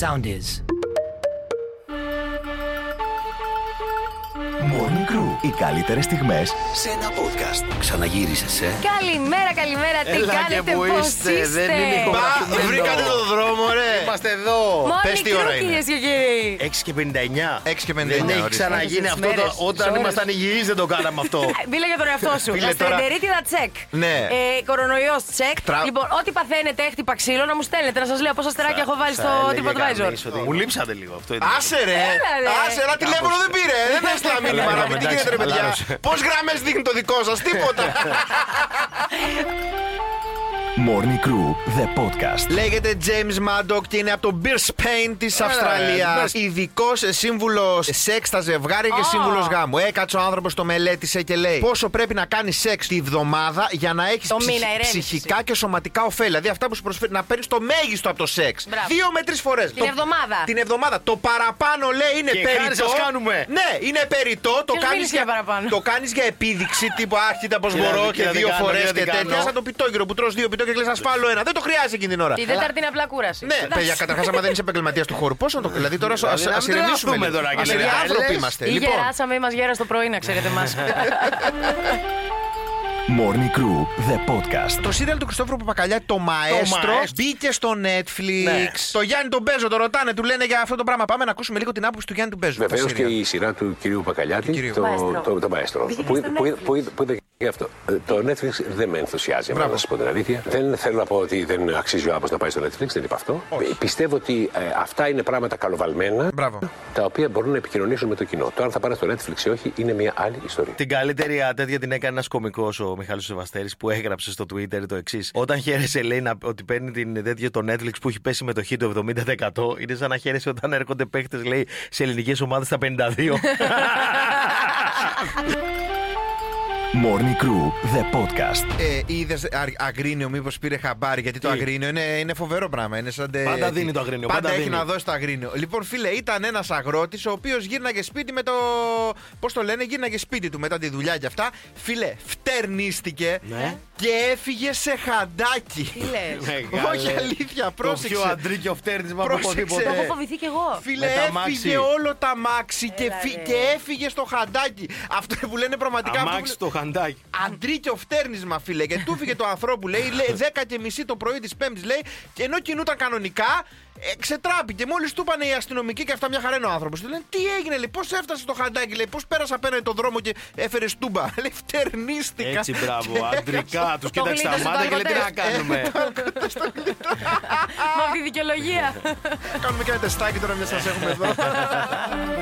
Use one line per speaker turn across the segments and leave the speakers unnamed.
sound is.
Morning Crew. Οι καλύτερες στιγμές σε ένα podcast.
Ξαναγύρισες, ε.
Καλημέρα, καλημέρα. Τι
Έλα και
κάνετε,
που
πώς
είστε, δεν είναι ηχογραφημένο.
Πα, βρήκατε το δρόμο, ρε.
Είμαστε εδώ.
Μόνοι
Πες τι ώρα είναι.
κυρίες και κύριοι.
6 και 59.
6 και 59
Δεν έχει
ορίστε.
ξαναγίνει
Τόσες
αυτό. το-
μέρες,
Όταν
ώρες.
ήμασταν υγιείς δεν το κάναμε αυτό.
Ε, Μίλα για τον εαυτό σου.
Φίλε, τώρα-
Ασθεντερίτιδα τσεκ.
Ναι.
Ε, Κορονοϊός τσεκ.
Τρα-
Λοιπόν, ό,τι παθαίνετε, έχτυπα ξύλο, να μου στέλνετε. Να σας λέω πόσα αστεράκια έχω βάλει
Θα
στο
έλεγε κανείς
TripAdvisor.
ότι Μου λείψατε λίγο αυτό. ήταν.
Άσε ρε!
Έλα, ρε.
Άσε ρε, τηλέφωνο δεν πήρε! Δεν έστειλα μήνυμα
Καλά,
να μην τι
εντάξει,
γίνεται, ρε παιδιά!
χαλάρωσε.
Πώς γραμμές δείχνει το δικό σας, τίποτα!
Morning Crew, the podcast.
Λέγεται James Maddock και είναι από το Beer Spain της Αυστραλίας. Ειδικός σύμβουλο ε, σεξ στα ζευγάρια και
Α.
σύμβουλος γάμου. Έκατσε ο άνθρωπος το μελέτησε και λέει πόσο πρέπει να κάνει σεξ τη βδομάδα για να έχεις
Το μήνα ηρέμησης.
ψυχικά και σωματικά ωφέλη. Δηλαδή αυτά που σου προσφέρει να παίρνεις το μέγιστο από το σεξ.
Μπράβο.
Δύο με τρεις φορές. Την
εβδομάδα.
Την εβδομάδα. Το παραπάνω λέει είναι
Και χάρη
περιττό.
σας κάνουμε.
Ναι, είναι περιττό. Το
Ποιος
κάνεις
μίλησε για παραπάνω?
Το κάνεις για επίδειξη τύπου άρχιτα πώ
Κοίτα,
μπορώ
κοίτα,
και
δεν
δύο
κάνω,
φορές
κοίτα,
και
δεν
τέτοια.
κάνω.
Σαν το πιτόγυρο που τρως δύο πιτόγυρα και λε να
Ναι.
σπάλω ένα. Δεν το χρειάζεται εκείνη την ώρα.
Η Δετάρτη είναι απλά κούραση.
Ναι,
Εντάξει.
παιδιά, καταρχάς, άμα δεν είσαι επαγγελματίας του χώρου, πώς να το. Δηλαδή τώρα α
Δηλαδή, να μην
ηρεμήσουμε.
τρελαθούμε τώρα και
Ας
λέμε,
ηρε-
τα
άνθρωποι
λες.
είμαστε.
Ή
Λοιπόν,
γεράσαμε ή μα γέρασε το πρωί, να ξέρετε μας.
Morning Crew, the podcast.
το σύριαλ του Χριστόφρου Παπακαλιά, το Μαέστρο,
Μαέστρο.
μπήκε στο
Ναι.
Netflix. Το Γιάννη τον Μπέζο το ρωτάνε, του λένε για αυτό το πράγμα. Πάμε να ακούσουμε λίγο την άποψη του Γιάννη του Μπέζο.
Βεβαίως και η σειρά του κυρίου Πακαλιάτη, το,
Μαέστρο.
το, το, μαέστρο. Που, που, που, που είδα και αυτό. Ε, Το Netflix δεν με ενθουσιάζει, αν να σα πω την αλήθεια. Δεν θέλω να πω ότι δεν αξίζει ο άνθρωπο να πάει στο Netflix, δεν είπα αυτό. Ε, Πιστεύω ότι ε, αυτά είναι πράγματα καλοβαλμένα,
Μπράβο.
τα οποία μπορούν να επικοινωνήσουν με το κοινό. Το αν θα πάνε στο Netflix ή όχι είναι μια άλλη ιστορία.
Την καλύτερη α, τέτοια την έκανε ένας κωμικός ο Μιχάλης Σεβαστέρης που έγραψε στο Twitter το εξής. Όταν χαίρεσαι, λέει να, ότι παίρνει την τέτοια το Netflix που έχει πέσει συμμετοχή το 70%, είναι σαν να χαίρεσαι όταν έρχονται παίχτε, λέει, σε ελληνικές ομάδες στα 52.
Morning Crew, the podcast.
Ε, Είδες Αγρίνιο, μήπως πήρε χαμπάρι, γιατί το
Τι?
Αγρίνιο είναι, είναι φοβερό πράγμα. Είναι σαν τε-
Πάντα δίνει το Αγρίνιο,
Πάντα,
πάντα
έχει
δίνει.
να δώσει το Αγρίνιο. Λοιπόν, φίλε, ήταν ένας αγρότης ο οποίος γύρναγε σπίτι με το. Πώς το λένε, γύρναγε σπίτι του μετά τη δουλειά και αυτά. Φίλε, φτερνίστηκε
Ναι.
και έφυγε σε χαντάκι.
Τι
Ναι.
λε.
Όχι αλήθεια, πρόσεξε.
Το πιο αντρίκιο φτέρνισμα από
Πρόσεξε.
τίποτα.
Έχω φοβηθεί κι εγώ.
Φίλε,
Με τα μάξι.
έφυγε όλο τα μάξι και,
Έλα,
φυ-
ρε.
και έφυγε στο χαντάκι. Αυτό που λένε πραγματικά. αυτό που λένε-
Αμάξι το χαντάκι.
Αντρίκιο φτέρνισμα, φίλε. Γιατί του έφυγε το ανθρώπου, λέει, λέει 10 και μισή το πρωί της Πέμπτης, λέει, και ενώ κινούταν κανονικά, ε, ξετράπηκε. Μόλις του είπανε οι αστυνομικοί και αυτά, μια χαρά είναι ο άνθρωπος. Του λένε τι έγινε, λέει, πώς έφτασε το χαντάκι, λέει, πώς πέρασε απέναντι τον δρόμο και έφερε στούμπα. Λέει, φτερνίστηκα.
Έτσι,
Και
μπράβο. Αντρικά του
Το
κοίταξε τα
γλίτωσε το
μάτια και λέει τι να
αλκοτέλ.
κάνουμε.
Με αυτή τη δικαιολογία.
Κάνουμε και ένα τεστάκι τώρα, μια σας έχουμε εδώ.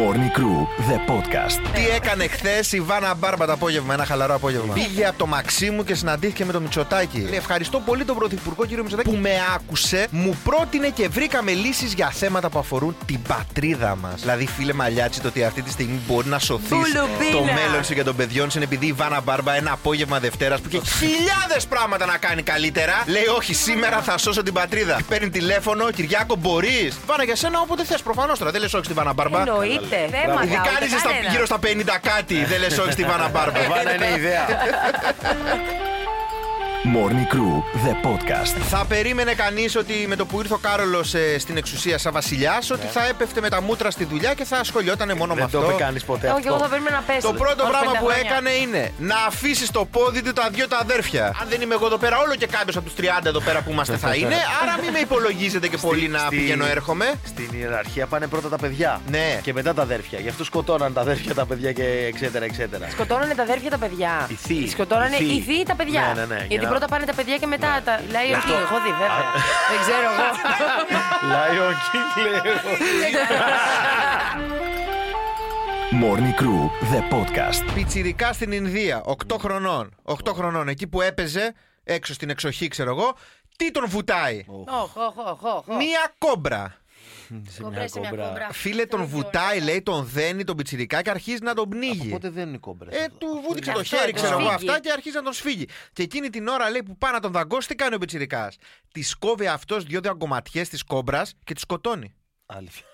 Morning Crew, the podcast.
τι έκανε χθες η Βάνα Μπάρμπα το απόγευμα, ένα χαλαρό απόγευμα. Πήγε από το μαξί μου και συναντήθηκε με τον Μητσοτάκη. Λέει, ευχαριστώ πολύ τον Πρωθυπουργό κύριο Μητσοτάκη που με άκουσε, μου πρότεινε και βρήκαμε λύσεις για θέματα που αφορούν την πατρίδα μας. Δηλαδή, φίλε Μαλιάτσι, το ότι αυτή τη στιγμή μπορεί να σωθείς το
Δουλουμπίνα.
μέλλον σου και των παιδιών σου είναι επειδή η Βάνα Μπάρμπα ένα απόγευμα Δευτέρας που έχει χιλιάδες πράγματα να κάνει καλύτερα. Λέει, Όχι, σήμερα θα σώσω την πατρίδα. Παίρνει τηλέφωνο, Κυριάκο, μπορείς. Βάνα για σένα όποτε θες προφανώς τώρα. Δεν λες όχι τη Βάνα Μπάρμπα.
Εννοείται. Δεν μα ναι,
Ειδικά αν είσαι στα- γύρω στα 50 κάτι, δεν λες όχι στη Βάνα Μπάρμπα.
Ε,
Βάνα είναι η ιδέα.
Morning Crew, the podcast.
Θα περίμενε κανείς ότι με το που ήρθε ο Κάρολος στην εξουσία σαν βασιλιάς,
Ναι.
ότι θα έπεφτε με τα μούτρα στη δουλειά και θα ασχολιότανε μόνο με
Δεν το
αυτό.
είπε κανείς ποτέ
Όχι, εγώ θα
αυτό.
περίμενα να πέσει.
Το πρώτο
Όλα
πράγμα
50
που
χρόνια.
έκανε είναι να αφήσεις το πόδι του τα δύο τα αδέρφια. Αν δεν είμαι εγώ εδώ πέρα, όλο και κάποιος από τους 30 εδώ πέρα που είμαστε θα είναι. Άρα μην με υπολογίζετε και πολύ να
στη-
πηγαίνω έρχομαι.
Στην ιεραρχία πάνε πρώτα τα παιδιά.
Ναι.
Και μετά τα αδέρφια. Γι' αυτό σκοτώναν τα αδέρφια τα παιδιά και εξέτερα, εξέτερα.
Σκοτώνανε τα αδέρφια τα παιδιά.
Οι θείοι.
Σκοτώνανε
Οι θείοι.
οι θείοι τα παιδιά.
Ναι, ναι, ναι. Για
Γιατί
να- Ναι.
πρώτα πάνε τα παιδιά και μετά τα. Λέει ο
αυτό-
King, έχω δει βέβαια. Δεν ξέρω εγώ.
Lion King λέω.
Morning Crew, the podcast.
πιτσιρικά στην Ινδία, 8 χρονών. 8 χρονών, εκεί που έπαιζε, έξω στην εξοχή, ξέρω εγώ, τι τον βουτάει.
Οχ, οχ, οχ, οχ.
Μία κόμπρα.
Κομπρέ σε μια
κόμπρα.
κόμπρα.
Φίλε, τον βουτάει, λέει, τον δένει τον πιτσιρικά και αρχίζει να τον πνίγει.
Οπότε δεν είναι κόμπρα.
Ε, του βούτυξε το
Αυτό,
χέρι,
το
ξέρω εγώ
σφίγγει.
αυτά, και αρχίζει να τον σφίγγει. Και εκείνη την ώρα λέει που πάει να τον δαγκώσει, τι κάνει ο πιτσιρικάς. Της κόβει αυτός δύο δαγκωματιέ της κόμπρας και της σκοτώνει.
Αλήθεια.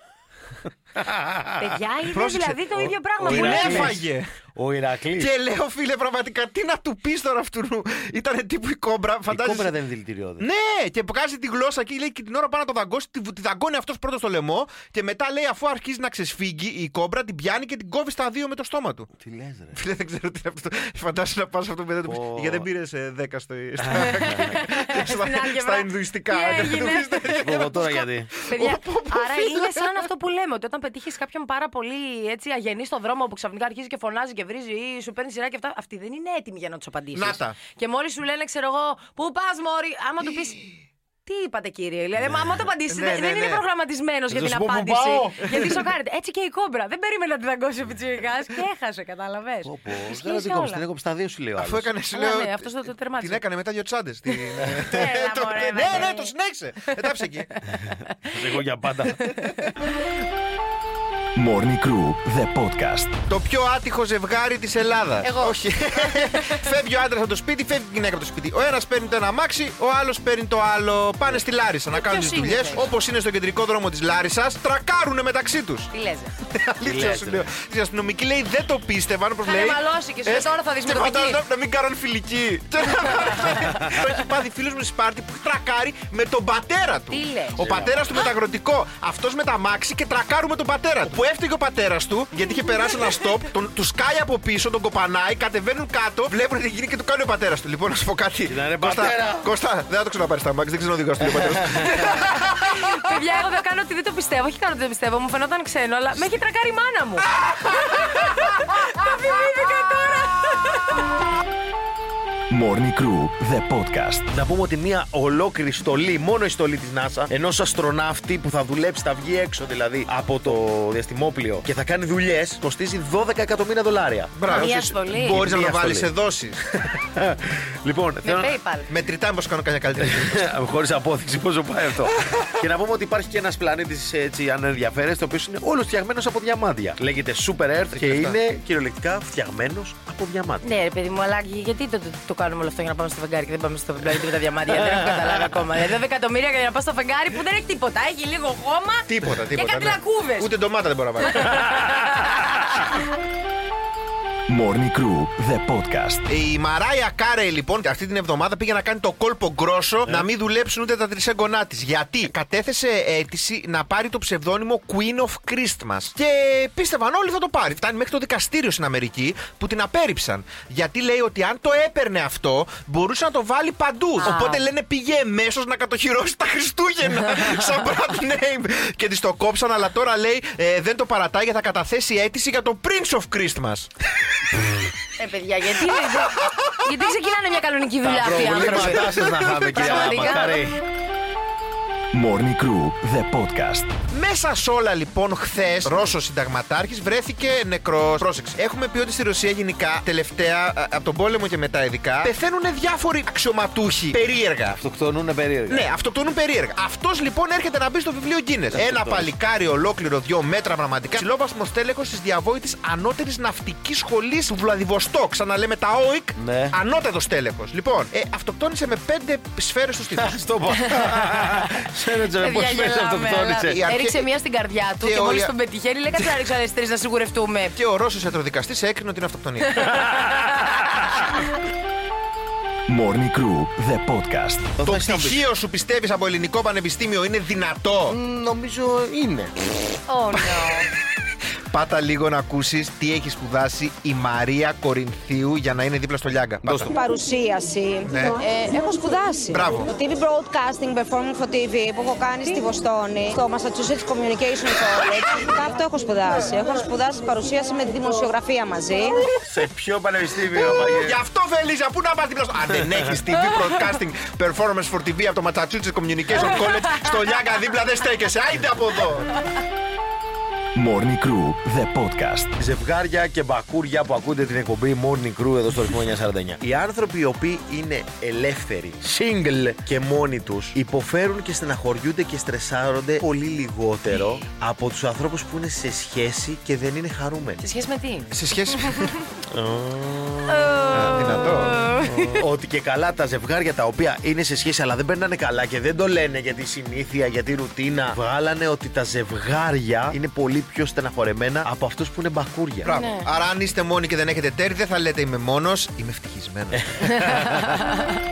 Παιδιά, είδε
Πρόσεξε.
δηλαδή το ίδιο πράγμα
ο
που
Την
Ηρακλής.
λέμε.
έφαγε!
Ο Ηρακλής.
Και λέω, φίλε, πραγματικά τι να του πεις τώρα αυτού. Ήταν τύπου η κόμπρα.
Η
Φαντάζεσαι.
κόμπρα δεν είναι δηλητηριώδη.
Ναι, και βγάζει τη γλώσσα και λέει και την ώρα πάνω να το δαγκώσει, τη, τη δαγκώνει αυτός πρώτος στο λαιμό και μετά λέει αφού αρχίζει να ξεσφίγγει η κόμπρα, την πιάνει και την κόβει στα δύο με το στόμα του.
Τι λες, ρε.
Φίλε, δεν ξέρω τι είναι αυτό. Φαντάζεσαι να πας αυτό το παιδί του.
Πω.
πεις, Γιατί δεν πήρες 10 στο, στα, στα,
Στην άλγευρα.
στα Ινδουιστικά.
Τι έγινε?
Εγώ τώρα γιατί.
Παιδιά,
Πω, πω, πω,
άρα
φίλε.
είναι σαν αυτό που λέμε, ότι όταν πετύχεις κάποιον πάρα πολύ έτσι, αγενή στον δρόμο που ξαφνικά αρχίζει και φωνάζει και βρίζει ή σου παίρνει σειρά και αυτά, αυτοί δεν είναι έτοιμοι για να τους απαντήσεις.
Να τα.
Και μόλις σου λένε, ξέρω εγώ, Πού πας, Μόρι, άμα του πεις. Τι είπατε κύριε, δηλαδή, άμα το απαντήσεις,
Ναι,
δεν,
ναι,
δεν είναι
ναι.
προγραμματισμένος για
Θα
την
σου πω πού
απάντηση.
πάω.
Γιατί σοκάρεται. Έτσι και η κόμπρα. Δεν περίμενε να την δαγκώσει ο Πιτσυρικά και έχασε, κατάλαβες.
Πω, πω, Δεν θα την κόψει, την έκοψε τα δύο σου λέει ο
Αφού
άλλος.
έκανες, σου
Αλλά
λέω.
ναι, αυτός το- το τερμάτισε.
Την έκανε μετά δύο τσάντε. Ναι,
Έλα, μωρέ,
ναι,
Βαγγέλη.
το συνέχισε. Ετάψε εκεί.
Εγώ για πάντα.
Morning Crew, the podcast.
Το πιο άτυχο ζευγάρι της Ελλάδας.
Εγώ.
Όχι. φεύγει ο άντρας από το σπίτι, φεύγει η γυναίκα από το σπίτι. Ο ένας παίρνει το ένα μάξι, ο άλλος παίρνει το άλλο. Πάνε στη Λάρισα να κάνουν τι
ποιος
δουλειέ.
είναι,
Όπως είναι στο κεντρικό δρόμο της Λάρισας, τρακάρουνε μεταξύ τους.
Τι λες, ρε.
Αλήθεια
λες,
σου
ρε.
λέω. Οι αστυνομικοί λέει δεν το πίστευαν. Πως
Θα
λέει.
μαλώσει και σου λέει,
Ε,
«Τώρα θα δεις με
και
το
φαντάζομαι
πικί».
να μην κάνουν φιλική. Και να- το έχει πάθει φίλος μου στη Σπάρτη που έχει τρακάρει με τον πατέρα του.
Τι λες.
Ο πατέρας του με τα αγροτικό. Αυτός με τα μάξι και τρακάρουμε τον πατέρα του. Που έφταιγε ο πατέρας του γιατί είχε περάσει ένα στόπ. Τον, του σκάει από πίσω, τον κοπανάει, κατεβαίνουν κάτω. Βλέπουν τι γίνεται και του κάνει ο πατέρας του. Λοιπόν, να σου πω κάτι.
Κοίτα, ρε,
Κώστα,
πατέρα.
Κώστα, δεν θα το ξαναπάρεις τα μάξι, δεν ξέρω οδηγό του λέει ο πατέρας του.
Παιδιά, εγώ δεν κάνω ότι δεν το πιστεύω. Όχι κάνω ότι δεν πιστεύω, μου φαινόταν ξένο, αλλά με έχει τρακάρει η μάνα μου. Τα θυμήθηκα τώρα.
Morning Crew, the podcast.
Να πούμε ότι μια ολόκληρη στολή, μόνο η στολή της NASA, ενός αστροναύτη που θα δουλέψει, θα βγει έξω δηλαδή από το διαστημόπλιο και θα κάνει δουλειές, κοστίζει 12 εκατομμύρια δολάρια.
Μπράβο.
Μία στολή.
Μπορείς να
Μία
το βάλεις σε
στολή.
δόσει.
λοιπόν,
Με
θέλω.
PayPal.
Μετρητάμε πώ κάνω κανένα καλύτερη.
Χωρίς απόδειξη πόσο πάει αυτό. και να πούμε ότι υπάρχει και ένας πλανήτης έτσι ανενδιαφέρεσαι, το οποίος είναι όλος φτιαγμένος από διαμάντια. Λέγεται Super Earth και
αυτά.
είναι κυριολεκτικά φτιαγμένος από διαμάντια.
Ναι, ρε παιδί μου, αλλά γιατί το, το, το κάνουμε όλο αυτό για να πάμε στο φεγγάρι και δεν πάμε στο φεγγάρι με τα διαμάντια. δεν έχω καταλάβει ακόμα. Δηλαδή, 12 εκατομμύρια για να πάω στο φεγγάρι που δεν έχει τίποτα. Έχει λίγο χώμα
Τίποτα, τίποτα.
και κάτι
ναι.
λακκούβες.
Ούτε ντομάτα δεν μπορώ να βάλω.
Morning Crew, the podcast.
Ε, Η Μαράια Κάρεϊ λοιπόν αυτή την εβδομάδα πήγε να κάνει το κόλπο γκρόσο να μην δουλέψουν ούτε τα τρισέγγονά της. Γιατί κατέθεσε αίτηση να πάρει το ψευδόνυμο Queen of Christmas. Και πίστευαν όλοι θα το πάρει. Φτάνει μέχρι το δικαστήριο στην Αμερική που την απέρριψαν. Γιατί λέει ότι αν το έπαιρνε αυτό μπορούσε να το βάλει παντού.
Α.
Οπότε λένε πήγε εμέσως να κατοχυρώσει τα Χριστούγεννα σαν brand name. Και της το κόψαν, αλλά τώρα λέει ε, δεν το παρατάει γιατί θα καταθέσει αίτηση για το Prince of Christmas.
Ε, παιδιά, γιατί, γιατί ξεκινάνε μια κανονική δουλειά αυτοί οι άνθρωποι.
προβλήματά σας να χάμε, κυρία
Πραγματικά.
Μακαρέη.
Morning Crew, the podcast.
Μέσα σε όλα λοιπόν, χθες, Ρώσος συνταγματάρχης βρέθηκε νεκρός. Πρόσεξε. Έχουμε πει ότι στη Ρωσία γενικά, τελευταία, α, από τον πόλεμο και μετά ειδικά, πεθαίνουν διάφοροι αξιωματούχοι περίεργα.
Αυτοκτονούν περίεργα.
Ναι, αυτοκτονούν περίεργα. Αυτός λοιπόν έρχεται να μπει στο βιβλίο Guinness. Ένα παλικάρι ολόκληρο, δύο μέτρα πραγματικά. Ψηλόβαθμος τέλεχο της διαβόητης ανώτερης ναυτικής σχολής του Βλαδιβοστό. Ξαναλέμε τα ΟΙΚ.
Ναι.
Ανώτατος τέλεχο. Λοιπόν, ε, αυτοκτόνησε με πέντε σφαίρες του τύπου.
Στο πω. Σέρετζε με πώ
Παιδιά,
μέσα
γελάμε,
αυτοκτόνησε.
αλλά-
αλλά
αρχαί-
Έριξε μία στην καρδιά του
Και
και, μόλι
όλα-
τον πετυχαίνει, λέει κάτσε να ρίξω άλλες τρεις να σιγουρευτούμε.
Και ο Ρώσος ιατροδικαστής έκρινε ότι είναι αυτοκτονία.
Morning Crew, the podcast.
Το
Το
θα έχεις να πεις.
πτυχίο σου πιστεύεις από ελληνικό πανεπιστήμιο είναι δυνατό.
Νομίζω είναι.
Oh no.
Πάτα λίγο να ακούσεις τι έχει σπουδάσει η Μαρία Κορινθίου για να είναι δίπλα στο Λιάγκα. Πάτα.
Δώσ' το.
παρουσίαση.
Ναι.
Ε, έχω σπουδάσει.
Μπράβο.
Το TV Broadcasting Performing for TV που έχω κάνει στη Βοστόνη, στο Massachusetts Communication College. Αυτό έχω σπουδάσει. Έχω σπουδάσει παρουσίαση με τη δημοσιογραφία μαζί.
Σε ποιο πανεπιστήμιο,
Γι' αυτό Φελίζα, πού να πας δίπλα στο. Αν δεν έχεις TV Broadcasting Performance for TV από το Massachusetts Communication College, στο Λιάγκα δίπλα δεν στέκεσαι. Άιντε από εδώ.
Morning Crew, the podcast.
Ζευγάρια και μπακούρια που ακούτε την εκπομπή Morning Crew εδώ στο ρυθμό 949. Οι άνθρωποι οι οποίοι είναι ελεύθεροι, single και μόνοι τους, υποφέρουν και στεναχωριούνται και στρεσάρονται πολύ λιγότερο από τους ανθρώπους που είναι σε σχέση και δεν είναι χαρούμενοι.
Σε σχέση με τι.
Σε σχέση. Δυνατό.
ότι και καλά τα ζευγάρια τα οποία είναι σε σχέση αλλά δεν περνάνε καλά και δεν το λένε για τη συνήθεια, για τη ρουτίνα, βγάλανε ότι τα ζευγάρια είναι πολύ πιο στεναχωρεμένα από αυτούς που είναι μπακούρια.
Μπράβο. Άρα, αν είστε μόνοι και δεν έχετε τέρι, δεν θα λέτε είμαι μόνος. Είμαι ευτυχισμένος.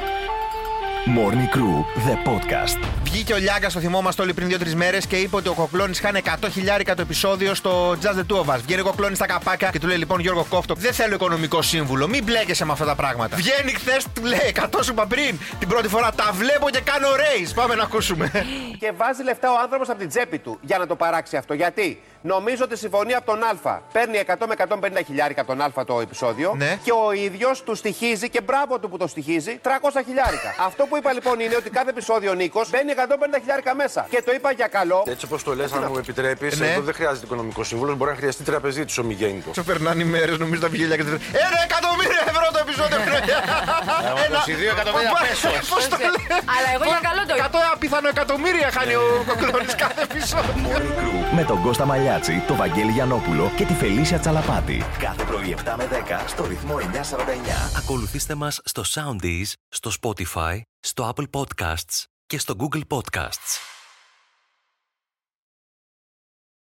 Morning Crew, the podcast.
Βγήκε ο Λιάγκας, το θυμόμαστε όλοι πριν δύο-τρει μέρες και είπε ότι ο Κοκλώνης χάνε 100 χιλιάρικα το επεισόδιο στο Just the Two of Us. Βγαίνει ο Κοκλώνης στα καπάκια και του λέει λοιπόν Γιώργο Κόφτο, δεν θέλω οικονομικό σύμβουλο, μην μπλέκεσαι με αυτά τα πράγματα. Βγαίνει χθες, του λέει 100 σου είπα πριν την πρώτη φορά, τα βλέπω και κάνω race. Πάμε να ακούσουμε.
Και βάζει λεφτά ο άνθρωπος από την τσέπη του για να το παράξει αυτό. Γιατί νομίζω ότι συμφωνεί από τον Α. Παίρνει 100 με 150 χιλιάρικα από τον Α το επεισόδιο.
Ναι.
Και ο ίδιος του στοιχίζει και μπράβο του που το στοιχίζει 300 χιλιάρικα. αυτό που είπα λοιπόν είναι ότι κάθε επεισόδιο ο Νίκος μπαίνει 150 χιλιάρικα μέσα. Και το είπα για καλό.
Έτσι όπως το λες, αν μου επιτρέπεις,
Ναι.
εδώ δεν χρειάζεται οικονομικός σύμβουλος. Μπορεί να χρειαστεί τραπεζίτη ο Μιγέννητο.
Σου περνάνε οι μέρες, νομίζω τα βγήκε ο Λιάγκα. Ένα εκατομμύριο Ε, ευρώ το επεισόδιο.
Ε,
Ένα
22 εκατομμύρια πέσος.
Πώς το λέει.
Αλλά εγώ για καλό το είπα.
100 ε, απίθανο εκατομμύρια χάνει ο Κοκλώνης κάθε επεισόδιο.
Ε. Morning Crew με τον Κώστα Μαλιάτση, τον Βαγγέλη Γιανόπουλο και τη Φελίσια Τσαλαπάτη. Κάθε πρωί 7 με 10 στο ρυθμό 949.
Ακολουθήστε μας στο Soundees, στο Spotify, στο Apple Podcasts και στο Google Podcasts.